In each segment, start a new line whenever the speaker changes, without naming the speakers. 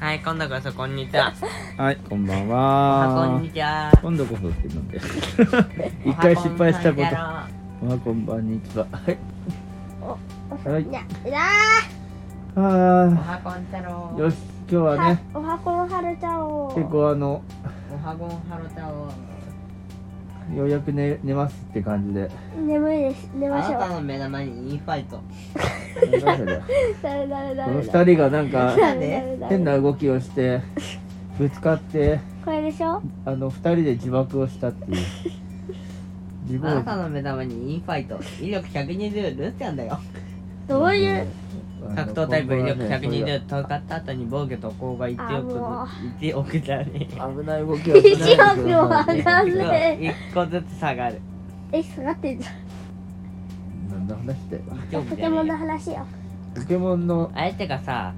はい、今度こそこんにちは。
はい、こんばん
あ、こん
は
に。ちは。
今度こそってなん で。一回失敗したこと。あ、こんばんにちは。はい。はい
いやいや
お
あ
はこんたろ
ー
う。
よし、今日は
ーは
ね、
おはこのはるちゃんを
結構あの、
おはこんはろたろ
ようやく寝寝ますって感じ で。
眠いです寝
う。
まし
あ
ょ
なた
う
の目玉にインファイト。
なんだよ
誰誰
この
誰
二人がなんか
誰
変な動きをして、ぶつかって、
これでしょ
あの二人で自爆をしたっていう。自
あ
暴
な
自
たの目玉にインファイト。威力120ルーちゃんだよ。
どういう
あの
格闘タイプ威力
今後はね
120ルー。戦った後に防御と攻が1億
あ
ず、1億だね。
危ない動きを
一
しないでください
億も上がんね
1個ずつ下がる。
ええ下がってんじゃん
何の話だよ
1億じ
ポ
ゃ
ケ
ね
モ
え
ン
よ
の話よ
ポケモンの、
相手がさ、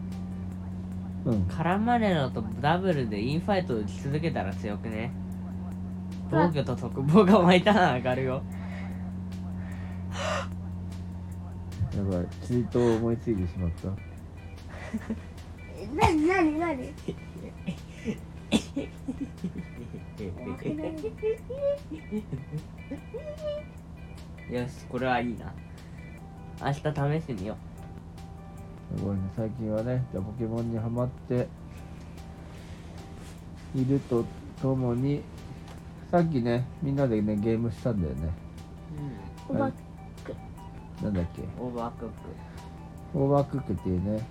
うん、
カラマネロとダブルでインファイトを打ち続けたら強くね防御と特防が湧いたら上がるよ
やばい、ツイートを思いついてしまった。
えなになになに
よしこれはいいな明日試してみよ
すごいね、最近はね、じゃあポケモンにハマっているとともに、さっきね、みんなでね、ゲームしたんだよね。
う、
おば
はいなんだっけ、
オーバークック
オーバークックっていうね、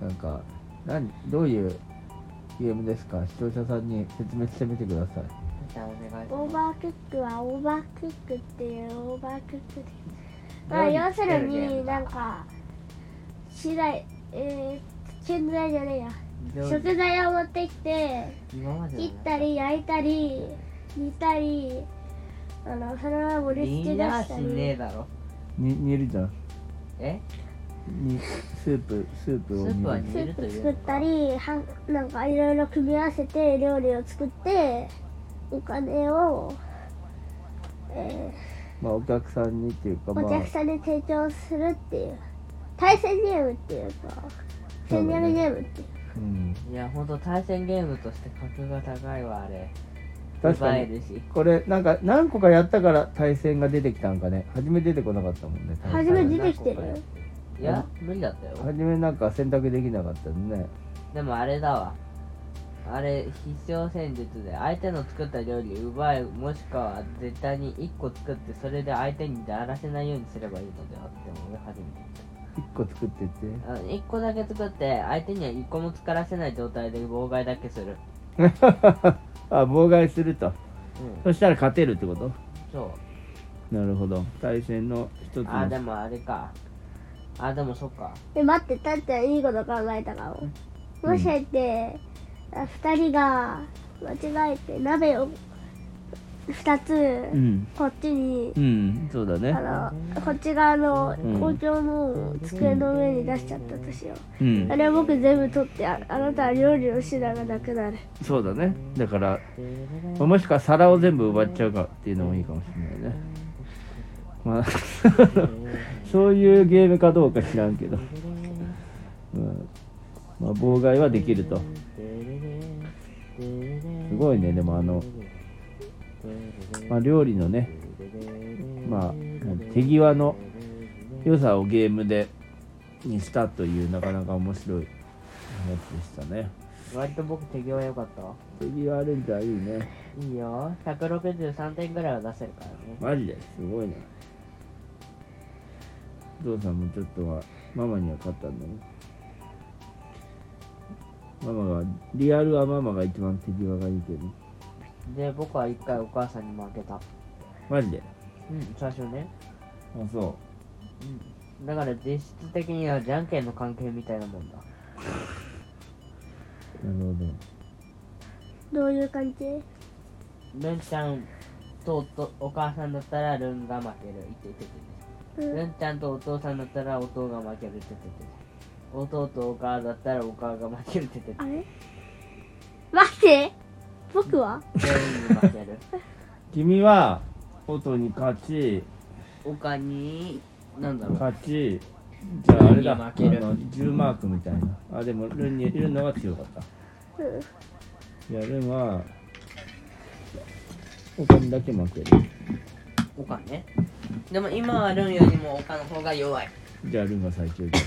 なんか、何どういうゲームですか視聴者さんに説明してみてください。
じゃあお願い
オーバークックはオーバークックっていうオーバークックですまあ
料理
要する
作るゲー
に
ム
なんか資材えー、建材じゃねえや
料理
食材を持ってきて
今までの
切ったり焼いたり煮たりあのそれは盛り付
み
け
ん
出
な
し
は
た
し
り
ねえだろ
に煮るじゃん。
え
にスープ、スープを
スープは
煮る。
煮る
スー
と
プ
い
作っ
う
たりはんなんかいろいろ組み合わせて料理を作ってお金を、え
まあ、お客さんにっていうか、
ー
ま
お
あ
客、さんに提供するっていう対戦ゲームっていうか戦略ゲームっていう
うん、
いやほんと対戦ゲームとして格が高いわあれ
確か
奪え
に。
るし
これなんか何個かやったから対戦が出てきたんかね初め出てこなかったもんね対
初
戦
め出てきてるよ
いや無理だったよ
初めなんか選択できなかったのね
でもあれだわあれ必勝戦術で相手の作った料理奪いもしくは絶対に1個作ってそれで相手にだらせないようにすればいいのではって俺初めて
1個作ってって
あの1個だけ作って相手には1個も作らせない状態で妨害だけする
あ妨害すると
うん
そしたら勝てるってこと
そ
なるほど対戦の一
う
つ
あで
の
もあれかあでもそっか
で待ってたっちゃんいいこと考えたかも、もしかしてあ二人が間違えて鍋を二つ、
うん
こっちに
う、んそうだね
あのこっち側の
うん
公共の机の上に出しちゃったとしよ
う
う、
ん
あれを僕全部取ってああなたは料理の品がなくなる
そうだねだからもしくは皿を全部奪っちゃうかっていうのもいいかもしれないねまあ そういうゲームかどうか知らんけど、うんまあ、妨害はできるとすごいねでもあの、まあ、料理のねまあ手際の良さをゲームでにしたというなかなか面白いやつでしたね
割と僕手際良かったわ
手際あるんじゃいいね
いいよ163点ぐらいは出せるからね
マジですごいねお父さんもちょっとはママには勝ったんだねママがリアルはママが一番手際がいいけど
で僕は一回お母さんに負けた
マジで
うん最初ね
あそ
うんだから実質的にはじゃんけんの関係みたいなもんだ
うなるほど
どういう感じ
ルンちゃんとおとお母さんだったらルンが負けるいてててて
うん
ルンちゃんとお父さんだったらお父が負けるてててて弟とお母だったらお母が負けるててて
あれ待って僕は
全員に負ける
君は音に勝ち
他になんだろう
勝ちじゃああれだあ
ルンに負ける
の10マークみたいなあでもルンにルンのが強かった
うん
いやでもまあお金だけ負ける
お金でも今はルンよりも他の方が弱い
じゃあルンが最強だ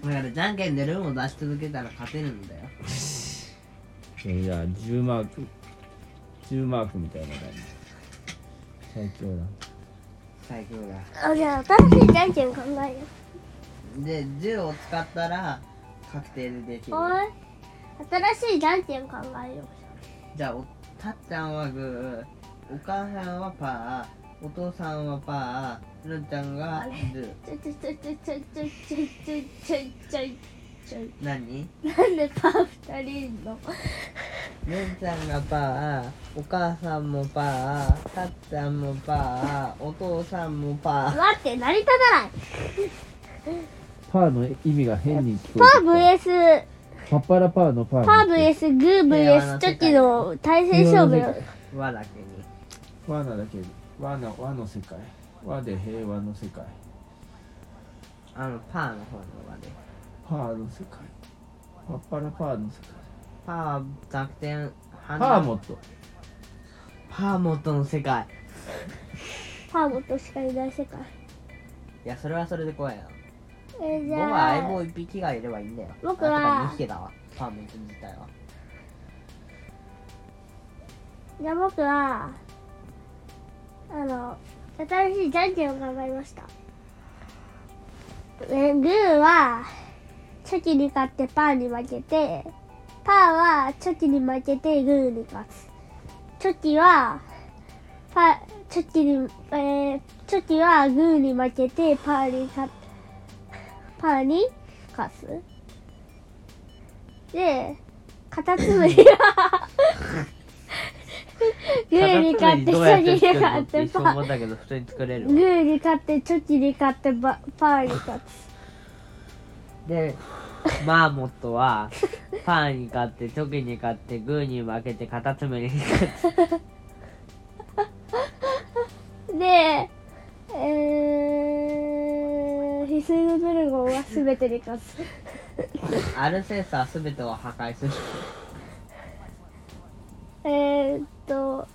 だからじゃんけんでルンを出し続けたら勝てるんだよ
いや10マーク10マークみたいな感じ最強だ
最強だ
あじゃあ新しいじゃんけん考えよ
で10を使ったら確定ででき
う
る
おい新しいじゃんけん考えよ
じゃあおたっちゃんはグーお母さんはパーお父さんはパールンちゃんがルー
うちょちょちょちょちょちょちょちょちょちょちょ
何
なんでパー二人いんの
ルンちゃんがパーお母さんもパーたっちゃんもパーお父さんもパー
待って成り立たない
パーの意味が変に聞こ
パ
えてき
ー VS
たパッパラパーのパー
パー VS グー VS チョキの対戦勝負よ
和だけに
和なだけ和の和の世界和で平和の世界
あのパーの方の和で
パーの世界パッパラパーの世界
パーは濁点
パ
反
ーモット
パーモットの世界
パーゴとしかいない世界
いやそれはそれで怖いな
えーじ
僕は相
ゃあ
棒一匹がいればいいんだよ
僕は
あとか二匹だわパーモット自体は
じゃあ僕はあの新しいじゃんけんを考えましたえーグーはチョキに勝ってパーに負けてパーはチョキに負けてグーに勝つチョキはパチョキに、えーチョキはグーに負けてパーに勝っパーに勝つでカタツムリはグーに勝ってチョキに勝ってパー
思ったけど普通に作れ
グーに勝ってチョキに勝ってバパーに勝つ
でマーモットはパーに勝ってチョキに勝ってグーに負けてカタツムリに勝って
でえー、ヒスイヌブルゴンは全てに勝つ
アルセンスは全てを破壊する
えーっと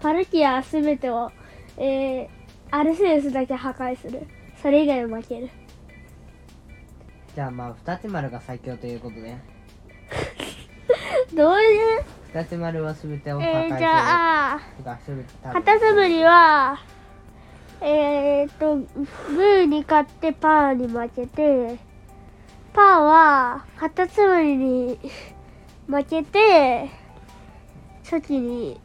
パルキアは全てをえー、アルセウスだけ破壊するそれ以外は負ける
じゃあまあ二つ丸が最強ということで
どういう
二つ丸は全てを
え
破壊す
ー、
る
じゃあ
が全て多
カ
分
タツムリはえー、っとグーに勝ってパーに負けてパーはカタツムリに負けてチョキに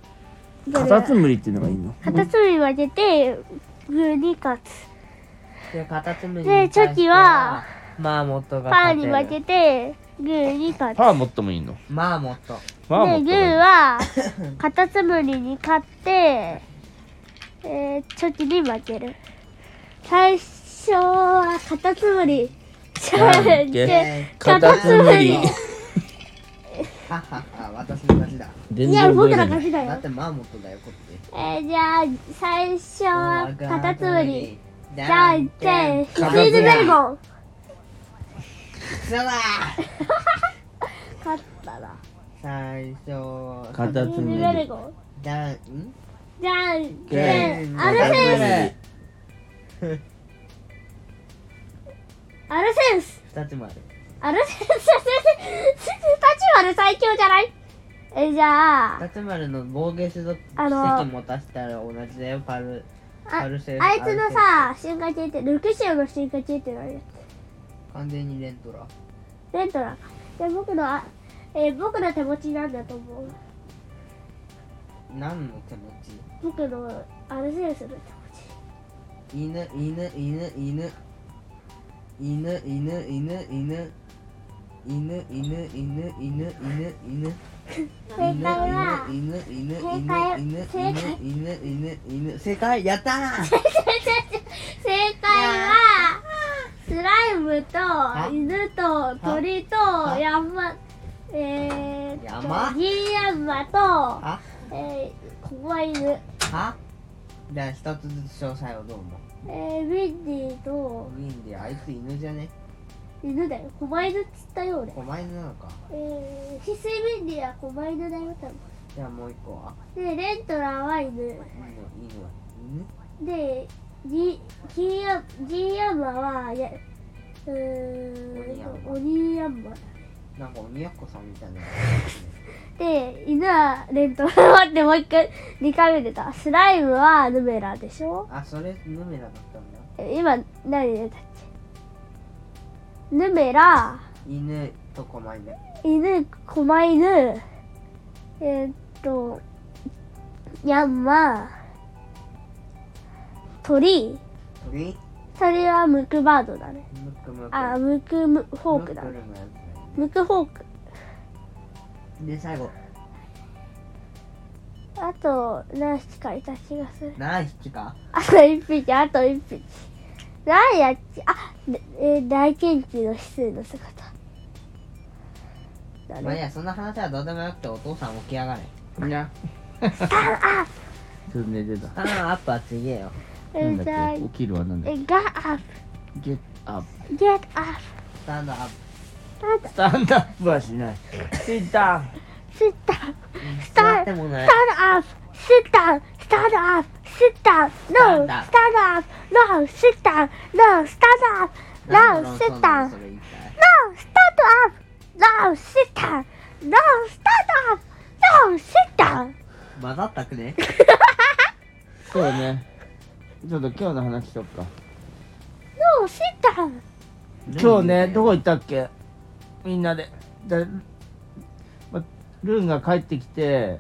どれだ
ムリっていうのがいいの
カタツムリに負けてグーに勝つ
でカタツムリ
で
に対して
チョキは
マーモットが
パ
勝
ーに
て
負
る
けてグーに勝つ
パーモットもいいの
マーモット
パーモッ
でグ
トがいい
ーはカタツムリに勝って、えー、チョキに負ける最初はカタツムリチャレンジ
なんだっ
カタツムリ
カタ
ははは私の勝ちだ
全
いや
然
僕
覚え
ら
れ
勝
ない
ちだ
だっ
よ
てマーモットだよこって
えー、じゃあ最初はカタツムリ
じ
じゃんけんヒツイズベルゴン
くそだ
勝ったな
最初
カ
ヒ
タ
ツ
ツ
イズ
ム
ベル
リ
ゴン
じゃんん
じゃんけ
け
ん
ん
アルセウスアルセウス
二つもある
アルセウススタチュアル最強じゃないえー、じゃあ
二つ丸の防御種族
あの
席持たせたら同じだよパル
あ
パルセウス
あいつのさ、進化系って、ルクシオの進化系って何
完全にレントラ
レントラか。じゃあ僕のあ、えー僕の手持ちなんだと思う。
何の手持ち
僕のアルセウスの手持ち。
犬犬犬犬犬犬犬犬犬犬犬犬犬犬犬
正解は、
犬犬犬犬犬犬犬正解やったー
正解は、スライムと犬と鳥と山、えー、
山
ギンヤンマと、
は
えー、ここは犬、
はじゃあ一つずつ詳細をどうも
えー、ウィンディーと
ウ、ィンディあいつ犬じゃね
犬だよ狛犬っつったよ俺
狛犬なのか
えー、翡翠便利は狛犬だよ多分
じゃあもう一個は
でレントラーは犬
犬犬は犬
でギギヤギヤンマはやうーん鬼ヤンマ
なんか鬼奴さんみたいな
で犬はレントラー待ってもう一回2回目出たスライムはヌメラでしょ
あそれヌメラだったんだ
今何出たっけヌメラ
犬と狛犬
犬狛犬えーっとヤンマ鳥
鳥
鳥はムクバードだね
ムクムク
あムクムフォークだ
ム
ね
クルのやつだよね
ムクフォーク
で最後
あと何匹かいた気がする
何匹か
あと1匹あと1匹何やっちあでえー大研究の指数の姿
まあ
だ
いい
ね
やそんな話はどうでもよくてお父さん起き上がれ
いやちょっと寝てた
ターンアップは次えよ
え
なん
ーじゃ
だ
あ
っけ起きるはなんだっ
えガアッ
け Get up
プゲットアッ
スタンドアッ
プなんだ
スタンドアップはしないついた
ツイッター
プ
スタ
座
ン
ってもない
Stand up, sit down, stand up, sit down, no,
Stand up.
stand up, no, sit down, no, stand up,
なんで
no, sit
論争なの
down,
それ一体
no, stand up, no, sit down, no, stand up, no, sit down.
混ざったくね
そうねちょっと今日の話しよっか
No, sit down.
今日ねどこ行ったっけみんなでだ、ま、ルーンが帰ってきて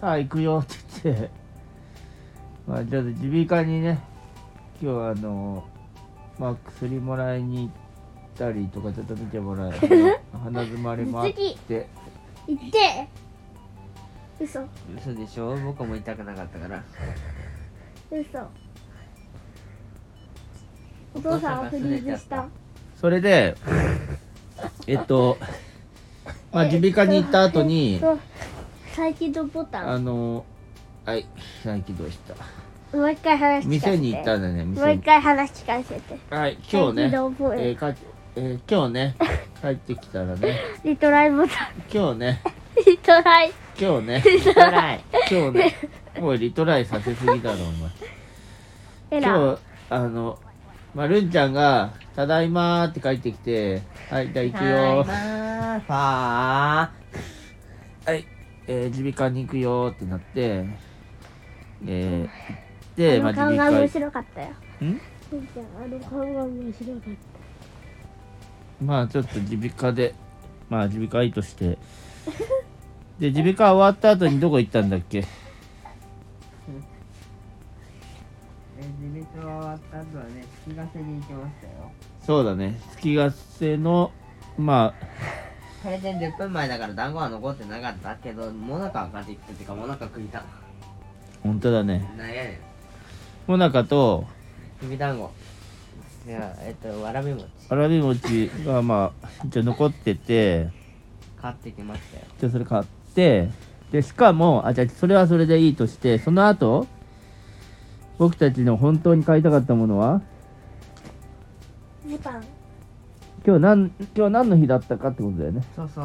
さあ行くよって言ってまあちょっと耳鼻科にね今日はあのまあ薬もらいに行ったりとかちょっと見てもら え鼻詰まりもあって
行って。嘘、
嘘でしょ僕も痛くなかったから
嘘。お父さんはフリーズした。
それでえっとまあ耳鼻科に行った後に
そう最近のボタ
あ
ン。
のはい再起動した
もう一回話聞かせて。
店に行ったんだね
もう
店
一
に
回話聞かせて。
はい今日ね
再起動ボタン
えーかえー今日 ね帰ってきたらね
リトライボタン。
今日ね
リトライ。
今 日ね
リトライ
今日ねもうリトライさせすぎだろお前
エラー。
今日あのまあ、るんちゃんが「ただいま」って帰ってきて「はいじゃあ行くよ」
まーファ
はい、えー、耳鼻科に行くよってなって、えー、で、ま
あ
あ、
の顔
耳
が
鼻
面
科、
白かったよ。
ん
ふんちゃんあの顔が面白かっ
まあ、ちょっと耳鼻科で、まあ、耳鼻科医と して、で、耳鼻科終わった後にどこ行ったんだっけ
え自立が終わった後はね月ヶ瀬に行きましたよ
そうだね、月ヶ瀬の、まあ、
開店10分前だから団子は残ってなかったけどもなかは買ってきたっていうかもなか食いた
本当だね、
なんやね
もなかと、
んきび団子じゃあえっとわらび餅
わらび餅が、まあ、一応残ってて、
買ってきましたよ
じゃあそれ買ってでしかもあじゃあそれはそれでいいとしてその後僕たちの本当に買いたかったものは
た。ボタン。
今日何今日何の日だったかってことだよね
そうそう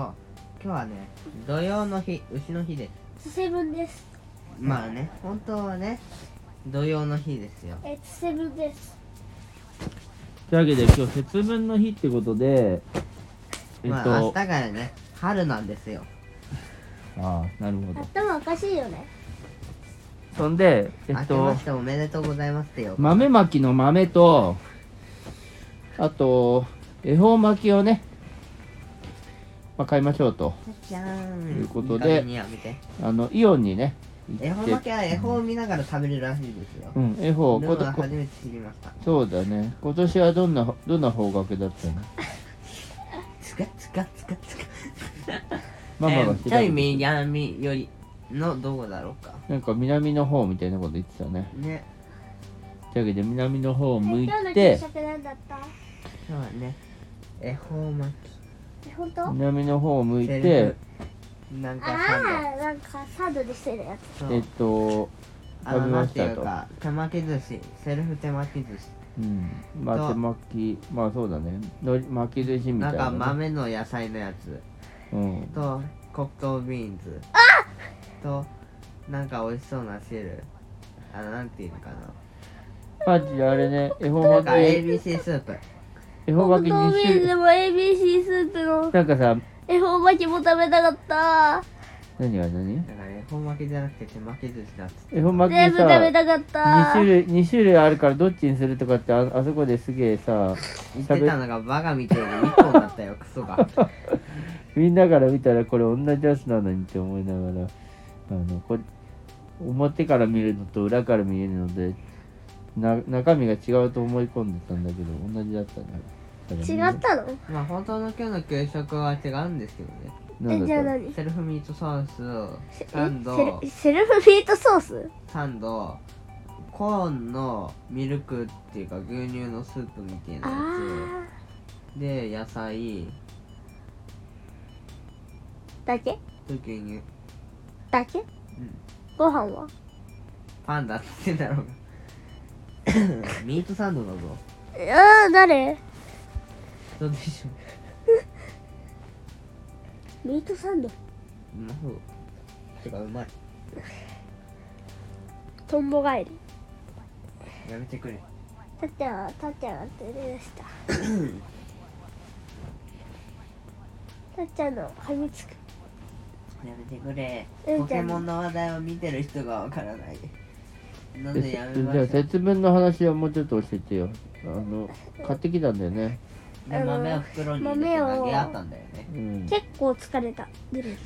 今日はね土曜の日牛の日です
つセブンです。
まあね本当はね土曜の日ですよ
え、つセブンです。
というわけで今日節分の日ってことでえっと、
まあ明日からね春なんですよ
ああなるほど
頭おかしいよね。
そんでえ
明
っ
け
と
ましておめでとうございますってよ
豆まきの豆とあと恵方巻きをね、まあ、買いましょうと
じゃーんと
いうことで
にやめて
あのイオンにね
絵本負けは絵本を見ながら食べるらしいですよ
う。ん恵方
で
こ
も
とこ
初めて知りました。
そうだね今年はどんなどんな方角だったの
つかつかつかつ か。
ママが
えー
て
ちょい南よりのどこだろうか。
なんか南の方みたいなこと言ってたね
ね。
というわけで南の方を向い
今日の給
て
食なんだった
今日はね、絵本巻
え、ほんとあ
南の方を向
き。
い
セ
て
ルフなん
あ
かサン
ー、なんかサンドでしてるや
ド。そ
えっ
う。
と
あの、
食べ
な
ま
ん
して
い
た
う
と
か、手巻き寿司。セルフ手巻き寿司。
うんまあ
と
手巻きまあそうだねのり巻き寿司みた
ないん
な
か
ね
豆の野菜のやつ
うん
と黒糖ビーンズとなんか美味しそうな汁あのなんていうのかな
マジあれね恵方
なんか
巻き
ABC スープ
恵方
黒
巻き
糖
2
ビ
種
ーン
類
ズも ABC スープの
なんかさ
恵方巻きも食べたかった
何が何
なんかね本巻きじゃなくて手巻き寿司だっつって
恵方巻き
全部食
さ
べたかっ
2
た
種類2種類あるからどっちにするとかってああそこですげえさ
言ってたのがバカみたいに1本だった よクソが
みんなから見たらこれ同じやつなのにって思いながらあのこれ表から見るのと裏から見えるのでな中身が違うと思い込んでたんだけど同じだったね
違ったの
まあ本当の今日の給食は違うんですけどね
なんだ
え
っ
じゃあ
た
何
セルフミートソースを
セ
サンド
えセルセルフミートソース
サンドコーンのミルクっていうか牛乳のスープみたいな
あ
やつで野菜
ーだけ
と牛乳
だけご飯は
パンダって言ってんだろう がミートサンドだぞ
あー誰
どうでしょ
ミートサンド
ううまそうてかうまい
トンボ帰り
やめてくれ
たっちゃんたっちゃんが出でしたたっちゃんのファミツク
やめてくれ
うん
ポケモンの話題を見てる人がわからないなんでやめま
じゃあ
しょう
節分の話はもうちょっと教えてよあの買ってきたんだよね
で豆を袋に入れて投げ合ったんだよね
うんね
結構疲れた入れる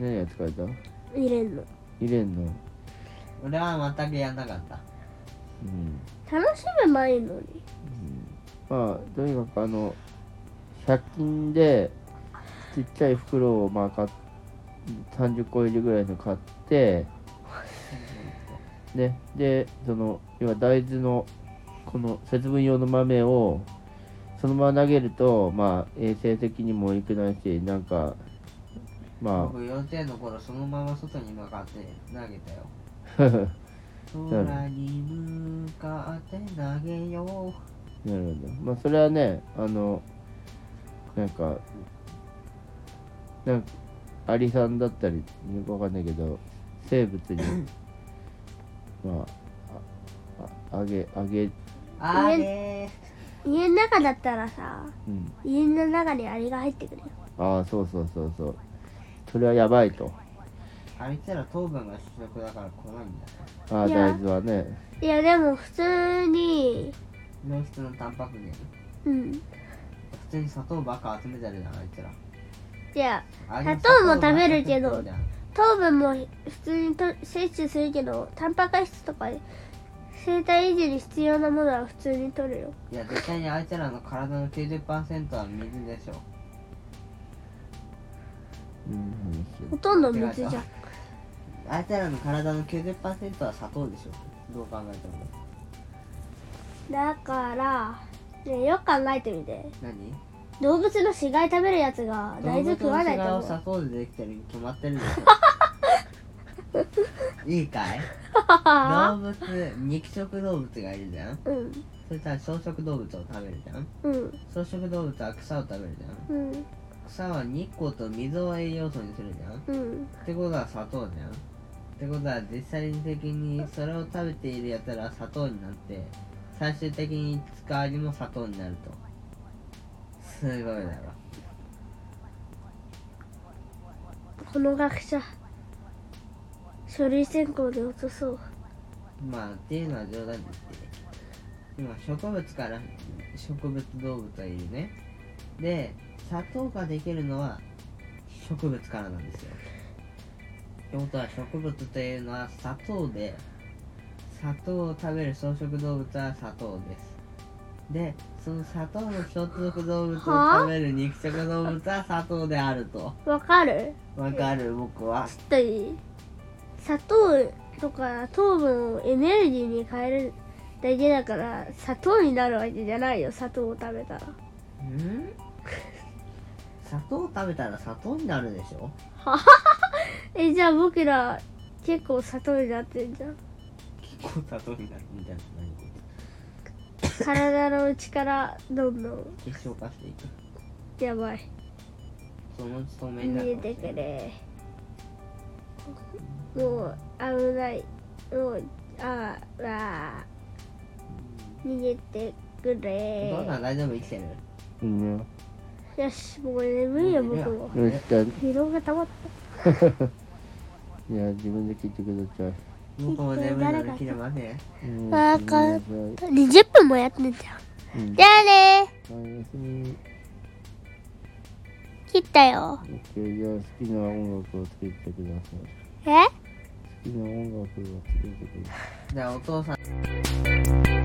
えやつ買えた
の入れるの
入れんの
俺は全くやんなかった
うん
楽しめばいいのに
まあとにかくあの100均でちっちゃい袋をまあ買っ30個入りぐらいの買 ってねでその要は大豆のこの節分用の豆をそのまま投げるとまあ衛生的にも良くないしなんかま
僕幼稚園の頃そのまま外に向かって投げたよ
あなる
空に向かって投げよ
ほどまあそれはねあのなんかなんかアリさんだったりよくわかんないけど生物にまああああげあげ
うあれ
家の中だったらさ
うん
家の中にアリが入ってくるよ
ああそうそうそうそうそれはやばいと
あいつら糖分が主食だから怖いんだ
ああ
いや
大豆はね
いやでも普通に
良質のタンパク源
うん
普通に砂糖ばっか集めてるじゃんあいつら
いや
あれ
砂糖も食べるけど
砂糖ばっか食ってるじゃん
糖分も普通にと摂取するけどタンパク質とか生体維持に必要なものは普通に取るよ
いや絶対にあいつらの体の90%は水でしょ
うん
ほとんど水じゃん
あいつらの体の90%は砂糖でしょどう考えても
だから、ね、よく考えてみて
何
動物の死骸食べるやつが大豆食わないと
動物の違
思
を砂
う
糖でできてるに決まってるでしょ いいかい動物肉食動物がいるじゃん
うん
そしたら草食動物を食べるじゃん
うん
草食動物は草を食べるじゃん
うん
草は日光と水を栄養素にするじゃんっ
うん
てことは砂糖じゃんってことは実際的にそれを食べているやつらは砂糖になって最終的に使う味も砂糖になるとすごいだろ
この学者書類選考で落とそう
まあっていうのは冗談にして今植物から植物動物がいるねで砂糖ができるのは植物からなんですよってことは植物というのは砂糖で砂糖を食べる草食動物は砂糖ですでその砂糖の草食動物を食べる肉食動物は砂糖であると
わかる
わかる僕は
ちょっといい砂糖とか糖分をエネルギーに変えるだけだから砂糖になるわけじゃないよ砂糖を食べたら
ん砂糖を食べたら砂糖になるでしょ
えじゃあ僕ら結構砂糖になってんじゃん
結構砂糖になるみたいな何
体の内からどんどん
結晶化していく
やばい
そのうち透明にな
逃
る
げ
かも
て
しれ
く
ない
れもう危ないもうあーあー逃げてくれ
どうなん大丈夫生きて る
いいね
よしもう眠いよ
もう
僕
寝るよ
も
よしじゃあ
疲労が溜まっ
いや自分で聞いてください
僕も眠いので切れません
うん
わ
ご
か
めんなさ
っ
い
た20分もやってんじゃん
うん
じゃあね
おやすみ
切ったよ
OK じゃあ好きな音楽を作ってください
え
好きな音楽を作ってください
じゃあお父さん